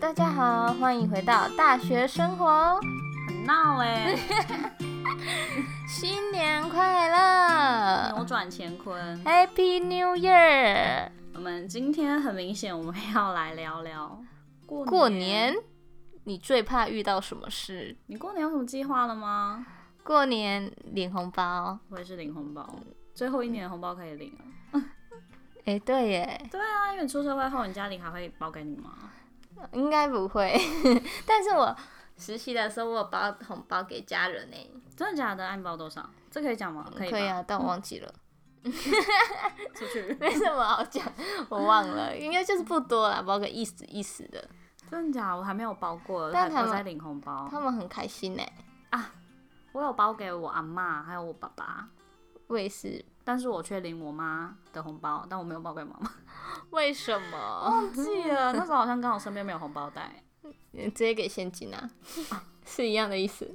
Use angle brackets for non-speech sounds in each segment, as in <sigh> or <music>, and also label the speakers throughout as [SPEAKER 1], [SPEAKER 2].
[SPEAKER 1] 大家好，欢迎回到大学生活，
[SPEAKER 2] 很闹
[SPEAKER 1] <laughs>
[SPEAKER 2] 哎、
[SPEAKER 1] 新年快乐
[SPEAKER 2] 扭转乾坤。
[SPEAKER 1] ，Happy New Year！
[SPEAKER 2] 我们今天很明显，我们要来聊聊过
[SPEAKER 1] 过年你最怕遇到什么事？
[SPEAKER 2] 你过年有什么计划了吗？
[SPEAKER 1] 过年领红包，
[SPEAKER 2] 我也是领红包，最后一年的红包可以领了。
[SPEAKER 1] 哎、对耶，
[SPEAKER 2] 对啊，因为你出社会后，你家里还会包给你吗？
[SPEAKER 1] 应该不会， <laughs> 但是我实习的时候我有包红包给家人呢，
[SPEAKER 2] 真的假的？按包多少？这可以讲吗？可以吧？
[SPEAKER 1] 啊，但我忘记 <laughs> 了，
[SPEAKER 2] 出去。 <laughs>
[SPEAKER 1] 没什么好讲，我忘了，应该就是不多啦，包个意思意思的，
[SPEAKER 2] 真的假的？我还没有包过，
[SPEAKER 1] 但他
[SPEAKER 2] 还
[SPEAKER 1] 们
[SPEAKER 2] 我在领红包
[SPEAKER 1] 他。们很开心呢，
[SPEAKER 2] 我有包给我阿妈还有我爸爸，
[SPEAKER 1] 我也是，
[SPEAKER 2] 但是我却领我妈的红包，但我没有包给妈 <laughs>
[SPEAKER 1] <laughs>
[SPEAKER 2] 妈。
[SPEAKER 1] 为什么？
[SPEAKER 2] 忘记了，那时候好像刚好身边没有红包袋。
[SPEAKER 1] 你直接给现金啊， <laughs> 是一样的意思。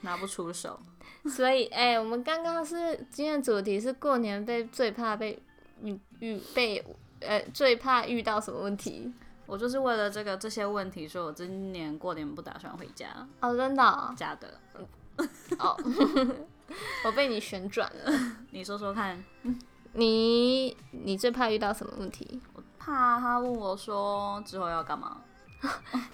[SPEAKER 2] 拿不出手，
[SPEAKER 1] <laughs> 所以，哎、我们刚刚是今天的主题是过年被最怕被遇遇被呃最怕遇到什么问题？
[SPEAKER 2] 我就是为了这个这些问题，所以我今年过年不打算回家，
[SPEAKER 1] 哦，真的哦，
[SPEAKER 2] 假的。
[SPEAKER 1] 哦我被你旋转了。
[SPEAKER 2] 你说说看，
[SPEAKER 1] <laughs> 你你最怕遇到什么问题？
[SPEAKER 2] 我怕他问我说之后要干嘛，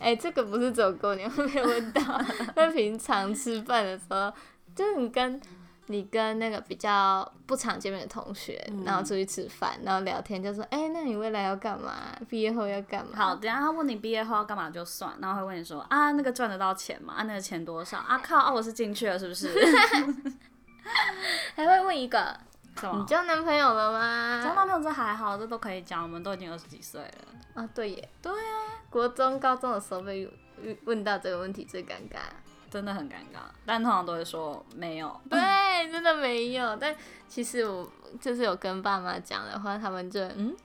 [SPEAKER 1] 哎、这个不是只有过年会被问到， <laughs> 那平常吃饭的时候，就是你跟你跟那个比较不常见面的同学，然后出去吃饭，然后聊天，就说，哎、那你未来要干嘛？毕业后要干嘛？
[SPEAKER 2] 好，，等一下他问你毕业后要干嘛就算，然后会问你说啊，那个赚得到钱吗？啊，那个钱多少？啊靠，啊我是进去了是 <laughs> 不是？
[SPEAKER 1] 还会问一个，
[SPEAKER 2] 什
[SPEAKER 1] 你
[SPEAKER 2] 么？啊
[SPEAKER 1] 交男朋友哦了
[SPEAKER 2] 交
[SPEAKER 1] 吗？
[SPEAKER 2] 男朋友这还好，这都可以讲，我们都已经二十几岁了。
[SPEAKER 1] 啊，对耶，
[SPEAKER 2] 对
[SPEAKER 1] 啊，国中、高中的时候被问问到这个问题最尴尬。
[SPEAKER 2] 真的很尴尬，但通常都会说没有。
[SPEAKER 1] 对，真的没有。但其实我就是有跟爸妈讲的话，他们就嗯，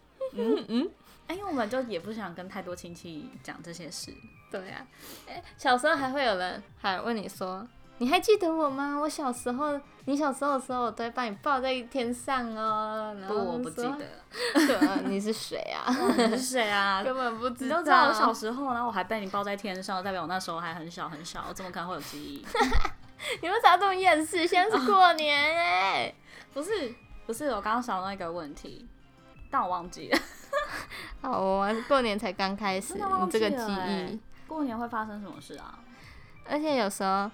[SPEAKER 2] 哎，因为我们就也不想跟太多亲戚讲这些事。
[SPEAKER 1] 对呀、啊，哎，小时候还会有人还问你说，你还记得我吗？我小时候，你小时候的时候，我都会把你抱在天上哦。然
[SPEAKER 2] 不，
[SPEAKER 1] 后
[SPEAKER 2] 我不记
[SPEAKER 1] 说 <laughs>
[SPEAKER 2] 得。
[SPEAKER 1] 对啊你是谁啊？
[SPEAKER 2] 哇嗯 <laughs> 你是谁
[SPEAKER 1] <laughs>
[SPEAKER 2] 啊？
[SPEAKER 1] 根本不知
[SPEAKER 2] 你
[SPEAKER 1] 道。
[SPEAKER 2] 都知道我小时候，然后我还被你抱在天上，代表我那时候还很小很小，我怎么可能会有记忆？
[SPEAKER 1] 你为啥这么厌世？现在是过年哎、
[SPEAKER 2] <laughs> 不是，不是，我刚刚想到一个问题，但我忘记了。 <laughs>
[SPEAKER 1] 好哦，过年才刚开始，
[SPEAKER 2] 真的忘
[SPEAKER 1] 你这
[SPEAKER 2] 记
[SPEAKER 1] 个
[SPEAKER 2] 了
[SPEAKER 1] 记忆
[SPEAKER 2] 欸，过年会发生什么事啊？
[SPEAKER 1] 而且有时候，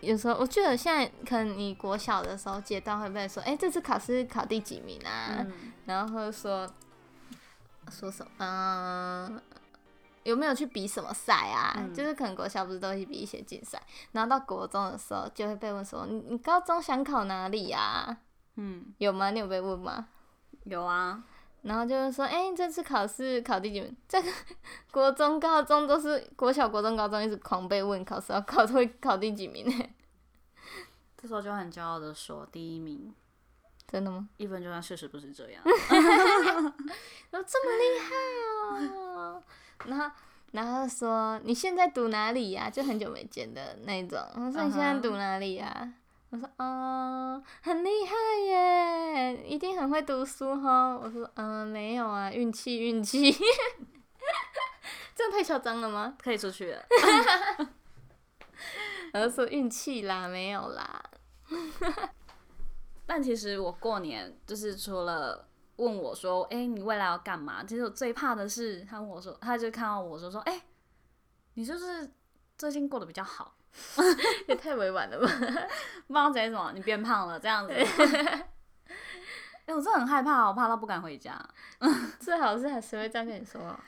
[SPEAKER 1] 有时候我记得现在可能你国小的时候阶段会被说，哎、这次考试考第几名啊？
[SPEAKER 2] 嗯，
[SPEAKER 1] 然后或者说说什么，嗯、有没有去比什么赛啊？
[SPEAKER 2] 嗯
[SPEAKER 1] 就是可能国小不是都会比一些竞赛，然后到国中的时候就会被问说，你你高中想考哪里呀、啊？
[SPEAKER 2] 嗯，
[SPEAKER 1] 有吗？你有被问吗？
[SPEAKER 2] 有啊，
[SPEAKER 1] 然后就是说，哎、你这次考试考第几名？ <laughs> 这个国中、高中都是国小、国中、高中一直狂被问考试，要考会 <laughs> 考第几名呢？ <laughs>
[SPEAKER 2] 这时候就很骄傲的说第一名，
[SPEAKER 1] 真的吗？
[SPEAKER 2] 一分就算事实不是这 <laughs> 样。
[SPEAKER 1] 然后这么厉害哦， <laughs> 然后然后说你现在读哪里呀、就很久没见的那一种。我说你现在读哪里呀、我说哦，很厉害耶，一定很会读书哈。我说嗯、没有啊，运气运气。 <laughs> 这样太嚣张了吗？
[SPEAKER 2] 可以出去了，
[SPEAKER 1] 然后说运气啦，没有啦。
[SPEAKER 2] 但其实我过年就是除了。问我说：“哎、你未来要干嘛？”其实我最怕的是他问我说，他就看到我说说：“哎、你就是最近过得比较好。”
[SPEAKER 1] <laughs> 也太委婉了吧？
[SPEAKER 2] 不知道讲什么，你变胖了这样子。哎、我真的很害怕，我怕到不敢回家。
[SPEAKER 1] <laughs> 最好是还谁会这样跟你说？哦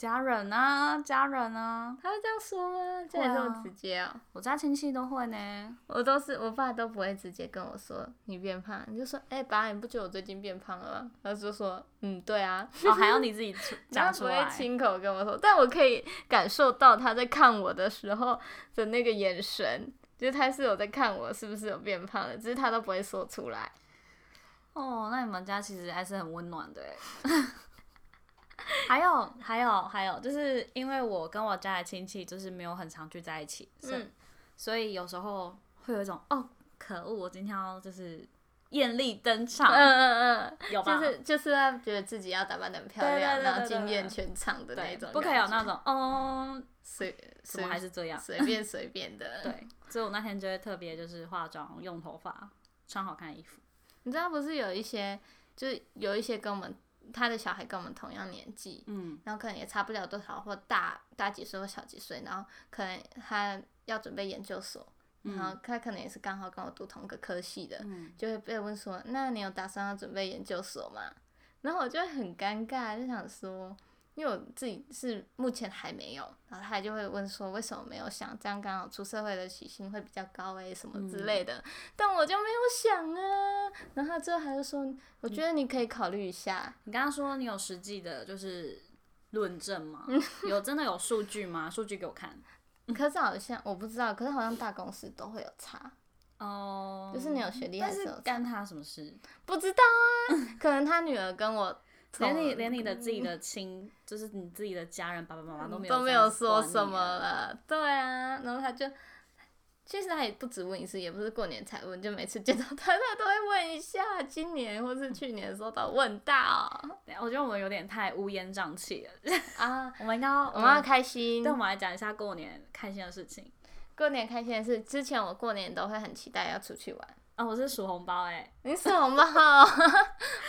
[SPEAKER 2] 家人啊，家人啊，
[SPEAKER 1] 他会这样说吗？这也这么直接哦、
[SPEAKER 2] 我家亲戚都会呢。
[SPEAKER 1] 我都是我爸都不会直接跟我说你变胖，你就说哎、爸，你不觉得我最近变胖了吗？然后就说嗯对啊，
[SPEAKER 2] 哦，还要你自
[SPEAKER 1] <laughs>
[SPEAKER 2] 己出
[SPEAKER 1] 他
[SPEAKER 2] 讲
[SPEAKER 1] 不
[SPEAKER 2] 出
[SPEAKER 1] 会
[SPEAKER 2] 来。
[SPEAKER 1] 亲口跟我说，但我可以感受到他在看我的时候的那个眼神，就是他是有在看我是不是有变胖了，只是他都不会说出来。
[SPEAKER 2] 哦，那你们家其实还是很温暖的耶。欸 <laughs> 还有，还有，还有，就是因为我跟我家的亲戚就是没有很常聚在一起，所以
[SPEAKER 1] 嗯，
[SPEAKER 2] 所以有时候会有一种哦，可恶，我今天要就是艳丽登场，
[SPEAKER 1] 嗯嗯
[SPEAKER 2] 有
[SPEAKER 1] 嗯，
[SPEAKER 2] 吧？
[SPEAKER 1] 就是就是要觉得自己要打扮的很漂
[SPEAKER 2] 对对
[SPEAKER 1] 亮，
[SPEAKER 2] 对
[SPEAKER 1] 然后
[SPEAKER 2] 对对
[SPEAKER 1] 惊艳
[SPEAKER 2] 对
[SPEAKER 1] 全场的那
[SPEAKER 2] 对
[SPEAKER 1] 一种感觉，，
[SPEAKER 2] 不可以有那种哦，
[SPEAKER 1] 随
[SPEAKER 2] 怎
[SPEAKER 1] 随
[SPEAKER 2] 么还是这样？
[SPEAKER 1] 随便随便的。，
[SPEAKER 2] 对，所以我那天就会特别就是化妆、用头发、穿好看的衣服。
[SPEAKER 1] 你知道不是有一些，就是有一些跟我们他的小孩跟我们同样年纪，
[SPEAKER 2] 嗯，
[SPEAKER 1] 然后可能也差不了多少，或大大几岁或小几岁，然后可能他要准备研究所，然后他可能也是刚好跟我读同个科系的，
[SPEAKER 2] 嗯
[SPEAKER 1] 就会被问说：“那你有打算要准备研究所吗？”然后我就会很尴尬，就想说，因为我自己是目前还没有，然后他就会问说为什么没有想，这样刚好出社会的起薪会比较高诶、什么
[SPEAKER 2] 嗯
[SPEAKER 1] 之类的，但我就没有想啊。然后他最后还是说，我
[SPEAKER 2] 嗯
[SPEAKER 1] 觉得你可以考虑一下。
[SPEAKER 2] 你刚刚说你有实际的，就是论证
[SPEAKER 1] <laughs>
[SPEAKER 2] 吗？有真的有数据吗？数据给我看。
[SPEAKER 1] 可是好像我不知道，可是好像大公司都会有差，
[SPEAKER 2] 哦，
[SPEAKER 1] 就是你有学历还
[SPEAKER 2] 但
[SPEAKER 1] 是
[SPEAKER 2] 是
[SPEAKER 1] 有差，
[SPEAKER 2] 干他什么事？
[SPEAKER 1] 不知道
[SPEAKER 2] <laughs>
[SPEAKER 1] 啊，可能他女儿跟我
[SPEAKER 2] 连你
[SPEAKER 1] 同
[SPEAKER 2] 连你的自己的亲，就是你自己的家人、爸爸妈妈都没有
[SPEAKER 1] 都没
[SPEAKER 2] 这样
[SPEAKER 1] 有说
[SPEAKER 2] 管你
[SPEAKER 1] 什么
[SPEAKER 2] 了。
[SPEAKER 1] 了。对啊，然后他就，其实他也不止问一次，也不是过年才问，就每次见到他，他都会问一下。今年或是去年的时候都有问到
[SPEAKER 2] 等一下我觉得我们有点太乌烟瘴气了，
[SPEAKER 1] 啊，
[SPEAKER 2] 我们应该要
[SPEAKER 1] <laughs> 我们要开心
[SPEAKER 2] 嗯对，。我们来讲一下过年开心的事情。
[SPEAKER 1] 过年开心的是，之前我过年都会很期待要出去玩。
[SPEAKER 2] 啊、我是数红包哎、
[SPEAKER 1] 你是红包， <laughs>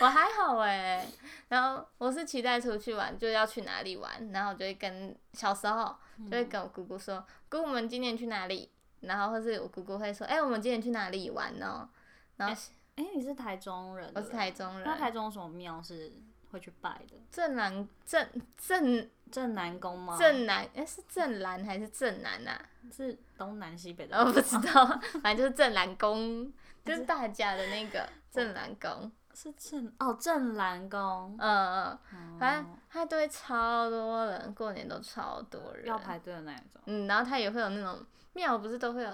[SPEAKER 1] 我还好哎、然后我是期待出去玩，就要去哪里玩，然后我就会跟小时候
[SPEAKER 2] 嗯
[SPEAKER 1] 就会跟我姑姑说，姑，我们今年去哪里？然后或是我姑姑会说，哎、我们今年去哪里玩呢？然后
[SPEAKER 2] 哎、你是台中人，
[SPEAKER 1] 我是
[SPEAKER 2] 对不对
[SPEAKER 1] 台中人
[SPEAKER 2] 那台中有什么庙是会去拜的？
[SPEAKER 1] 正南正正
[SPEAKER 2] 正南宫吗？
[SPEAKER 1] 正南，哎、是正南还是正南
[SPEAKER 2] 哦
[SPEAKER 1] 啊？
[SPEAKER 2] 是东南西北的
[SPEAKER 1] 我
[SPEAKER 2] 吗，
[SPEAKER 1] 哦不知道，反正就是正南宫，就是大家的那
[SPEAKER 2] 哦
[SPEAKER 1] 个正南宫，
[SPEAKER 2] <laughs> 是正哦正南宫
[SPEAKER 1] 嗯，嗯，
[SPEAKER 2] 哦
[SPEAKER 1] 反正他都会超多人，过年都超多人，
[SPEAKER 2] 要排队的那一种。
[SPEAKER 1] 嗯，然后它也会有那种庙，不是都会有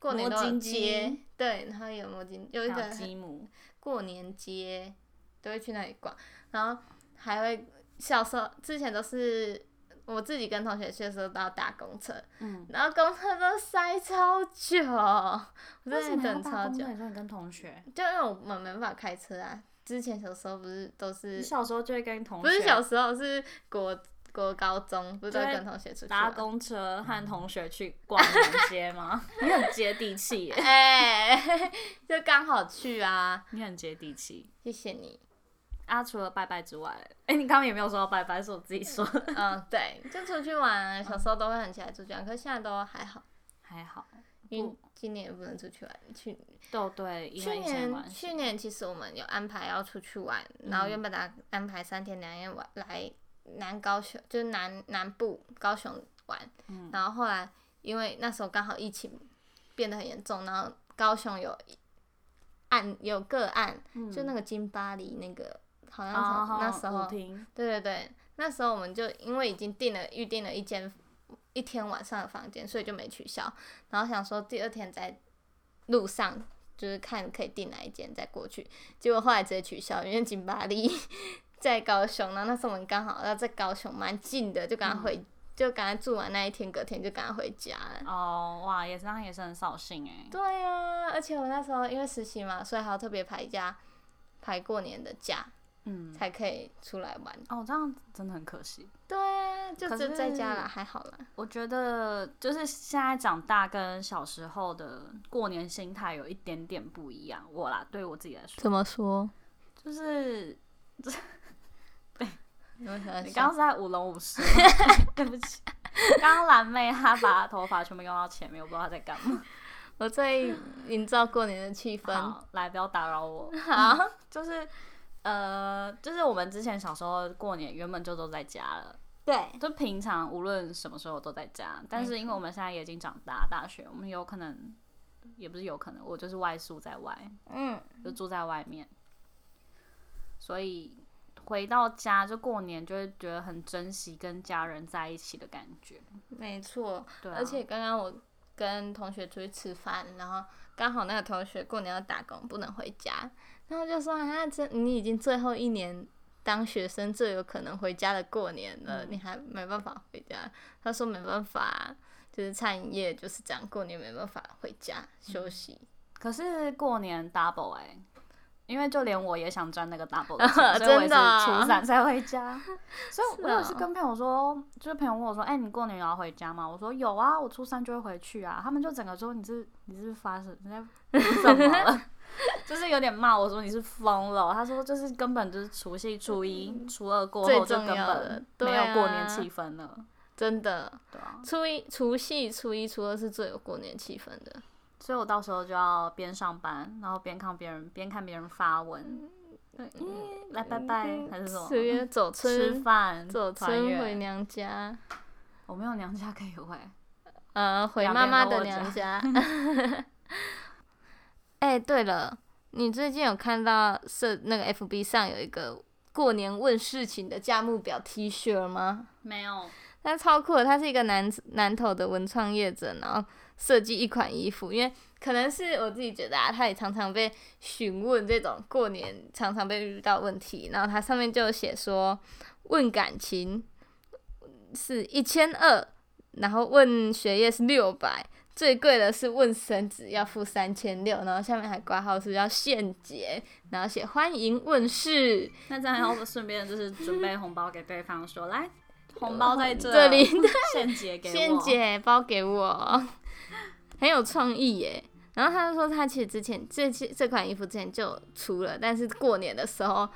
[SPEAKER 1] 过年
[SPEAKER 2] 摸
[SPEAKER 1] 都有
[SPEAKER 2] 金
[SPEAKER 1] 街
[SPEAKER 2] 鸡，
[SPEAKER 1] 对，然后有摸金，有一
[SPEAKER 2] 还
[SPEAKER 1] 个
[SPEAKER 2] 有积木，
[SPEAKER 1] <laughs> 过年街，都会去那里逛，然后还会小时候之前都是我自己跟同学去的时候都要搭公车，
[SPEAKER 2] 嗯，
[SPEAKER 1] 然后公车都塞超久，我
[SPEAKER 2] 为
[SPEAKER 1] 真
[SPEAKER 2] 什么
[SPEAKER 1] 的
[SPEAKER 2] 要
[SPEAKER 1] 等
[SPEAKER 2] 搭
[SPEAKER 1] 超
[SPEAKER 2] 公
[SPEAKER 1] 久
[SPEAKER 2] 车？，你说你跟同学，
[SPEAKER 1] 就因为我们没办法开车啊，之前小时候不是都
[SPEAKER 2] 你
[SPEAKER 1] 是
[SPEAKER 2] 小时候就会跟同学
[SPEAKER 1] 不是小时候是国国高中不是都
[SPEAKER 2] 就
[SPEAKER 1] 会
[SPEAKER 2] 会
[SPEAKER 1] 跟同学出去
[SPEAKER 2] 搭
[SPEAKER 1] 玩。
[SPEAKER 2] 公车
[SPEAKER 1] 嗯
[SPEAKER 2] 和同学去逛南街吗？ <laughs> 你很接地气耶，
[SPEAKER 1] <laughs> 哎、 <laughs> 就刚好去啊，
[SPEAKER 2] 你很接地气。
[SPEAKER 1] 谢谢你。
[SPEAKER 2] 啊，除了拜拜之外，哎、你刚刚也没有说到拜拜，是我自己说的， <laughs>
[SPEAKER 1] 嗯，对，就出去玩啊，小时候都会很期待出去玩，可是现在都还好，
[SPEAKER 2] 还好。
[SPEAKER 1] 因为今年也不能出去玩。去
[SPEAKER 2] 都对，因为
[SPEAKER 1] 去
[SPEAKER 2] 疫情的关
[SPEAKER 1] 年
[SPEAKER 2] 系，
[SPEAKER 1] 去年其实我们有安排要出去玩，然后原本打安排三天两夜玩来南高雄，就是南南部高雄玩，
[SPEAKER 2] 嗯
[SPEAKER 1] 然后后来因为那时候刚好疫情变得很严重，然后高雄有案有个案，
[SPEAKER 2] 嗯
[SPEAKER 1] 就那个金巴黎那个。好像是、
[SPEAKER 2] 啊
[SPEAKER 1] 那
[SPEAKER 2] 好
[SPEAKER 1] 时候
[SPEAKER 2] 舞厅
[SPEAKER 1] 对对对，那时候我们就因为已经订了预订了一间一天晚上的房间，所以就没取消。然后想说第二天在路上就是看可以订哪一间再过去，结果后来直接取消，因为金巴利在高雄，然后那时候我们刚好要在高雄蛮近的，就赶快回。就赶快住完那一天，隔天就赶快回家了。
[SPEAKER 2] 哦，哇，也是那也是很扫兴哎。
[SPEAKER 1] 对啊，而且我那时候因为实习嘛，所以还要特别排假，排过年的假
[SPEAKER 2] 嗯，
[SPEAKER 1] 才可以出来玩。
[SPEAKER 2] 哦，这样真的很可惜。
[SPEAKER 1] 对啊，就
[SPEAKER 2] 可
[SPEAKER 1] 只在家
[SPEAKER 2] 是
[SPEAKER 1] 啦，还好啦。
[SPEAKER 2] 我觉得就是现在长大跟小时候的过年心态有一点点不一样，我啦，对我自己来说，
[SPEAKER 1] 怎么说？
[SPEAKER 2] 就是
[SPEAKER 1] 你为什么
[SPEAKER 2] 你
[SPEAKER 1] 笑
[SPEAKER 2] 刚刚是在舞龙舞 <laughs> 狮吗，对不起。刚刚蓝妹她把头发全部用到前面，我不知道她在干嘛。
[SPEAKER 1] 我在营造过年的气氛。
[SPEAKER 2] 好，来不要打扰 <laughs> 我。
[SPEAKER 1] 好，
[SPEAKER 2] 就是呃，就是我们之前小时候过年原本就都在家了，
[SPEAKER 1] 对，
[SPEAKER 2] 就平常无论什么时候都在家。但是因为我们现在也已经长大，大学我们有可能也不是有可能，我就是外宿在外，
[SPEAKER 1] 嗯，
[SPEAKER 2] 就住在外面，所以回到家就过年就会觉得很珍惜跟家人在一起的感觉。
[SPEAKER 1] 没错。
[SPEAKER 2] 对啊、
[SPEAKER 1] 而且刚刚我跟同学出去吃饭，然后刚好那个同学过年要打工，不能回家，然后就说啊，这你已经最后一年。当学生最有可能回家的过年了，你还没办法回家。他说没办法，就是餐饮业就是这样，过年没办法回家休息。
[SPEAKER 2] 可是过年 double 哎、因为就连我也想赚那个 double
[SPEAKER 1] <laughs>
[SPEAKER 2] 的钱，所以我
[SPEAKER 1] 真
[SPEAKER 2] 也是
[SPEAKER 1] 的啊
[SPEAKER 2] 初三才
[SPEAKER 1] <laughs>
[SPEAKER 2] 回家。所以我
[SPEAKER 1] 是啊
[SPEAKER 2] 有一次跟朋友说，就是朋友问我说：“哎、你过年有要回家吗？”我说：“有啊，我初三就会回去啊。”他们就整个说：“你是你是发生你在你怎么了？”
[SPEAKER 1] <laughs>
[SPEAKER 2] <laughs> 就是有点骂我说你是疯了。他说就是根本就是除夕、初一、初二过
[SPEAKER 1] 嗯最
[SPEAKER 2] 后就
[SPEAKER 1] 重
[SPEAKER 2] 根
[SPEAKER 1] 要的
[SPEAKER 2] 本
[SPEAKER 1] 对
[SPEAKER 2] 没有过
[SPEAKER 1] 啊
[SPEAKER 2] 年气氛了，
[SPEAKER 1] 真的，
[SPEAKER 2] 对啊。
[SPEAKER 1] 初一、除夕、初一、初二是最有过年气氛的。
[SPEAKER 2] 所以我到时候就要边上班，然后边看别人边看别人发文，对，来拜拜还是什么？
[SPEAKER 1] 四月走
[SPEAKER 2] 吃
[SPEAKER 1] 春，
[SPEAKER 2] 饭、
[SPEAKER 1] 走
[SPEAKER 2] 团
[SPEAKER 1] 春
[SPEAKER 2] 圆
[SPEAKER 1] 回娘家，
[SPEAKER 2] 我没有娘家可以回。
[SPEAKER 1] 呃，回
[SPEAKER 2] 两
[SPEAKER 1] 妈
[SPEAKER 2] 边
[SPEAKER 1] 妈
[SPEAKER 2] 都
[SPEAKER 1] 的
[SPEAKER 2] 我
[SPEAKER 1] 娘家。
[SPEAKER 2] <laughs>
[SPEAKER 1] 哎、对了，你最近有看到社那个 FB 上有一个过年问事情的价目表 T 恤吗？
[SPEAKER 2] 没有，
[SPEAKER 1] 那超酷的，他是一个南南投的文创业者，然后设计一款衣服，因为可能是我自己觉得啊，他也常常被询问这种过年常常被遇到问题，然后他上面就有写说问感情是一千二，然后问学业是六百。最贵的是问神只要付三千六，然后下面还挂号是要现结，然后写欢迎问世，
[SPEAKER 2] 那这样要顺便就是准备红包给对方说，来，红包在
[SPEAKER 1] 嗯
[SPEAKER 2] 这
[SPEAKER 1] 这里，
[SPEAKER 2] 现结给我。
[SPEAKER 1] 仙姐包给我， <laughs> 很有创意耶。然后他就说，他其实之前这期这款衣服之前就有出了，但是过年的时候，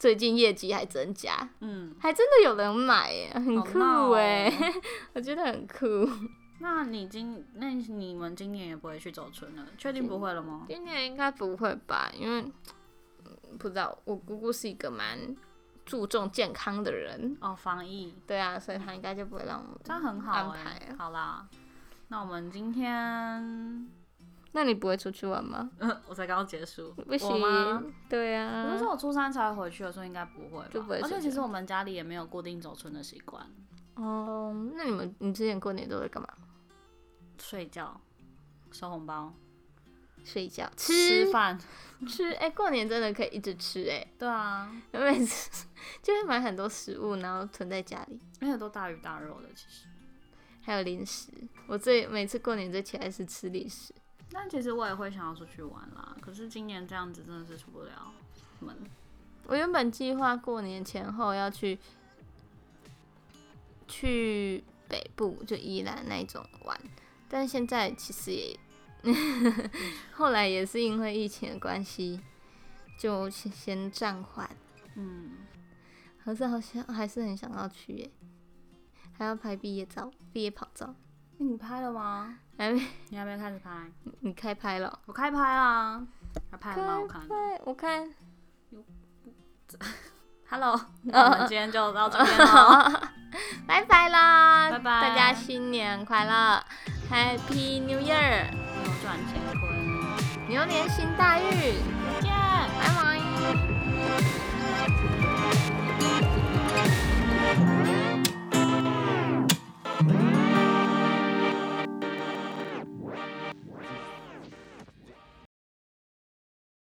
[SPEAKER 1] 最近业绩还增加，
[SPEAKER 2] 嗯，
[SPEAKER 1] 还真的有人买耶，很
[SPEAKER 2] 好
[SPEAKER 1] 酷
[SPEAKER 2] 闹哦
[SPEAKER 1] 哎，我觉得很酷。
[SPEAKER 2] 那你今那你们今年也不会去走春了？确定不会了吗？
[SPEAKER 1] 今年应该不会吧？因为嗯不知道，我姑姑是一个蛮注重健康的人，
[SPEAKER 2] 哦，防疫，
[SPEAKER 1] 对啊，所以她应该就不会让我。
[SPEAKER 2] 这样很好
[SPEAKER 1] 安
[SPEAKER 2] 哎、
[SPEAKER 1] 排啊
[SPEAKER 2] 好啦，那我们今天，
[SPEAKER 1] 那你不会出去玩吗？
[SPEAKER 2] <laughs> 我才刚刚结束，
[SPEAKER 1] 不
[SPEAKER 2] 我吗
[SPEAKER 1] 行，对
[SPEAKER 2] 我
[SPEAKER 1] 啊
[SPEAKER 2] 就，说我初三才回去的，所以应该不会吧。
[SPEAKER 1] 就不会
[SPEAKER 2] 而且
[SPEAKER 1] 睡
[SPEAKER 2] 其实
[SPEAKER 1] 觉
[SPEAKER 2] 我们家里也没有固定走春的习惯，
[SPEAKER 1] 哦、那你们你之前过年都在干嘛？
[SPEAKER 2] 睡觉、收红包、
[SPEAKER 1] 睡觉、
[SPEAKER 2] 吃
[SPEAKER 1] 吃
[SPEAKER 2] 饭。
[SPEAKER 1] 吃。哎、过年真的可以一直吃哎、 <laughs>
[SPEAKER 2] 对啊，
[SPEAKER 1] 我每次就会买很多食物，然后囤在家里，
[SPEAKER 2] 而且都大鱼大肉的，其实。
[SPEAKER 1] 还有零食。我最每次过年最期待是吃零食。
[SPEAKER 2] 但其实我也会想要出去玩啦，可是今年这样子真的是出不了门。
[SPEAKER 1] 我原本计划过年前后要去去北部，就宜兰那一种玩，但现在其实也 <laughs> 后来也是因为疫情的关系，就先先暂缓。
[SPEAKER 2] 嗯，
[SPEAKER 1] 可是好像还是很想要去耶，还要拍毕业照、毕业跑照。
[SPEAKER 2] 你拍了吗？
[SPEAKER 1] 还没，
[SPEAKER 2] 你还没开始拍？
[SPEAKER 1] <laughs> 你开拍了？
[SPEAKER 2] 我开拍啦，还拍很好看。
[SPEAKER 1] 对，我看
[SPEAKER 2] Hello，那我们今天就到这
[SPEAKER 1] <laughs>
[SPEAKER 2] 边喽。
[SPEAKER 1] 好，哦拜拜啦，
[SPEAKER 2] 哦拜拜
[SPEAKER 1] 大家新年快乐，Happy New Year，
[SPEAKER 2] 扭转乾坤，
[SPEAKER 1] 牛年新大运，
[SPEAKER 2] 再见。
[SPEAKER 1] 拜拜。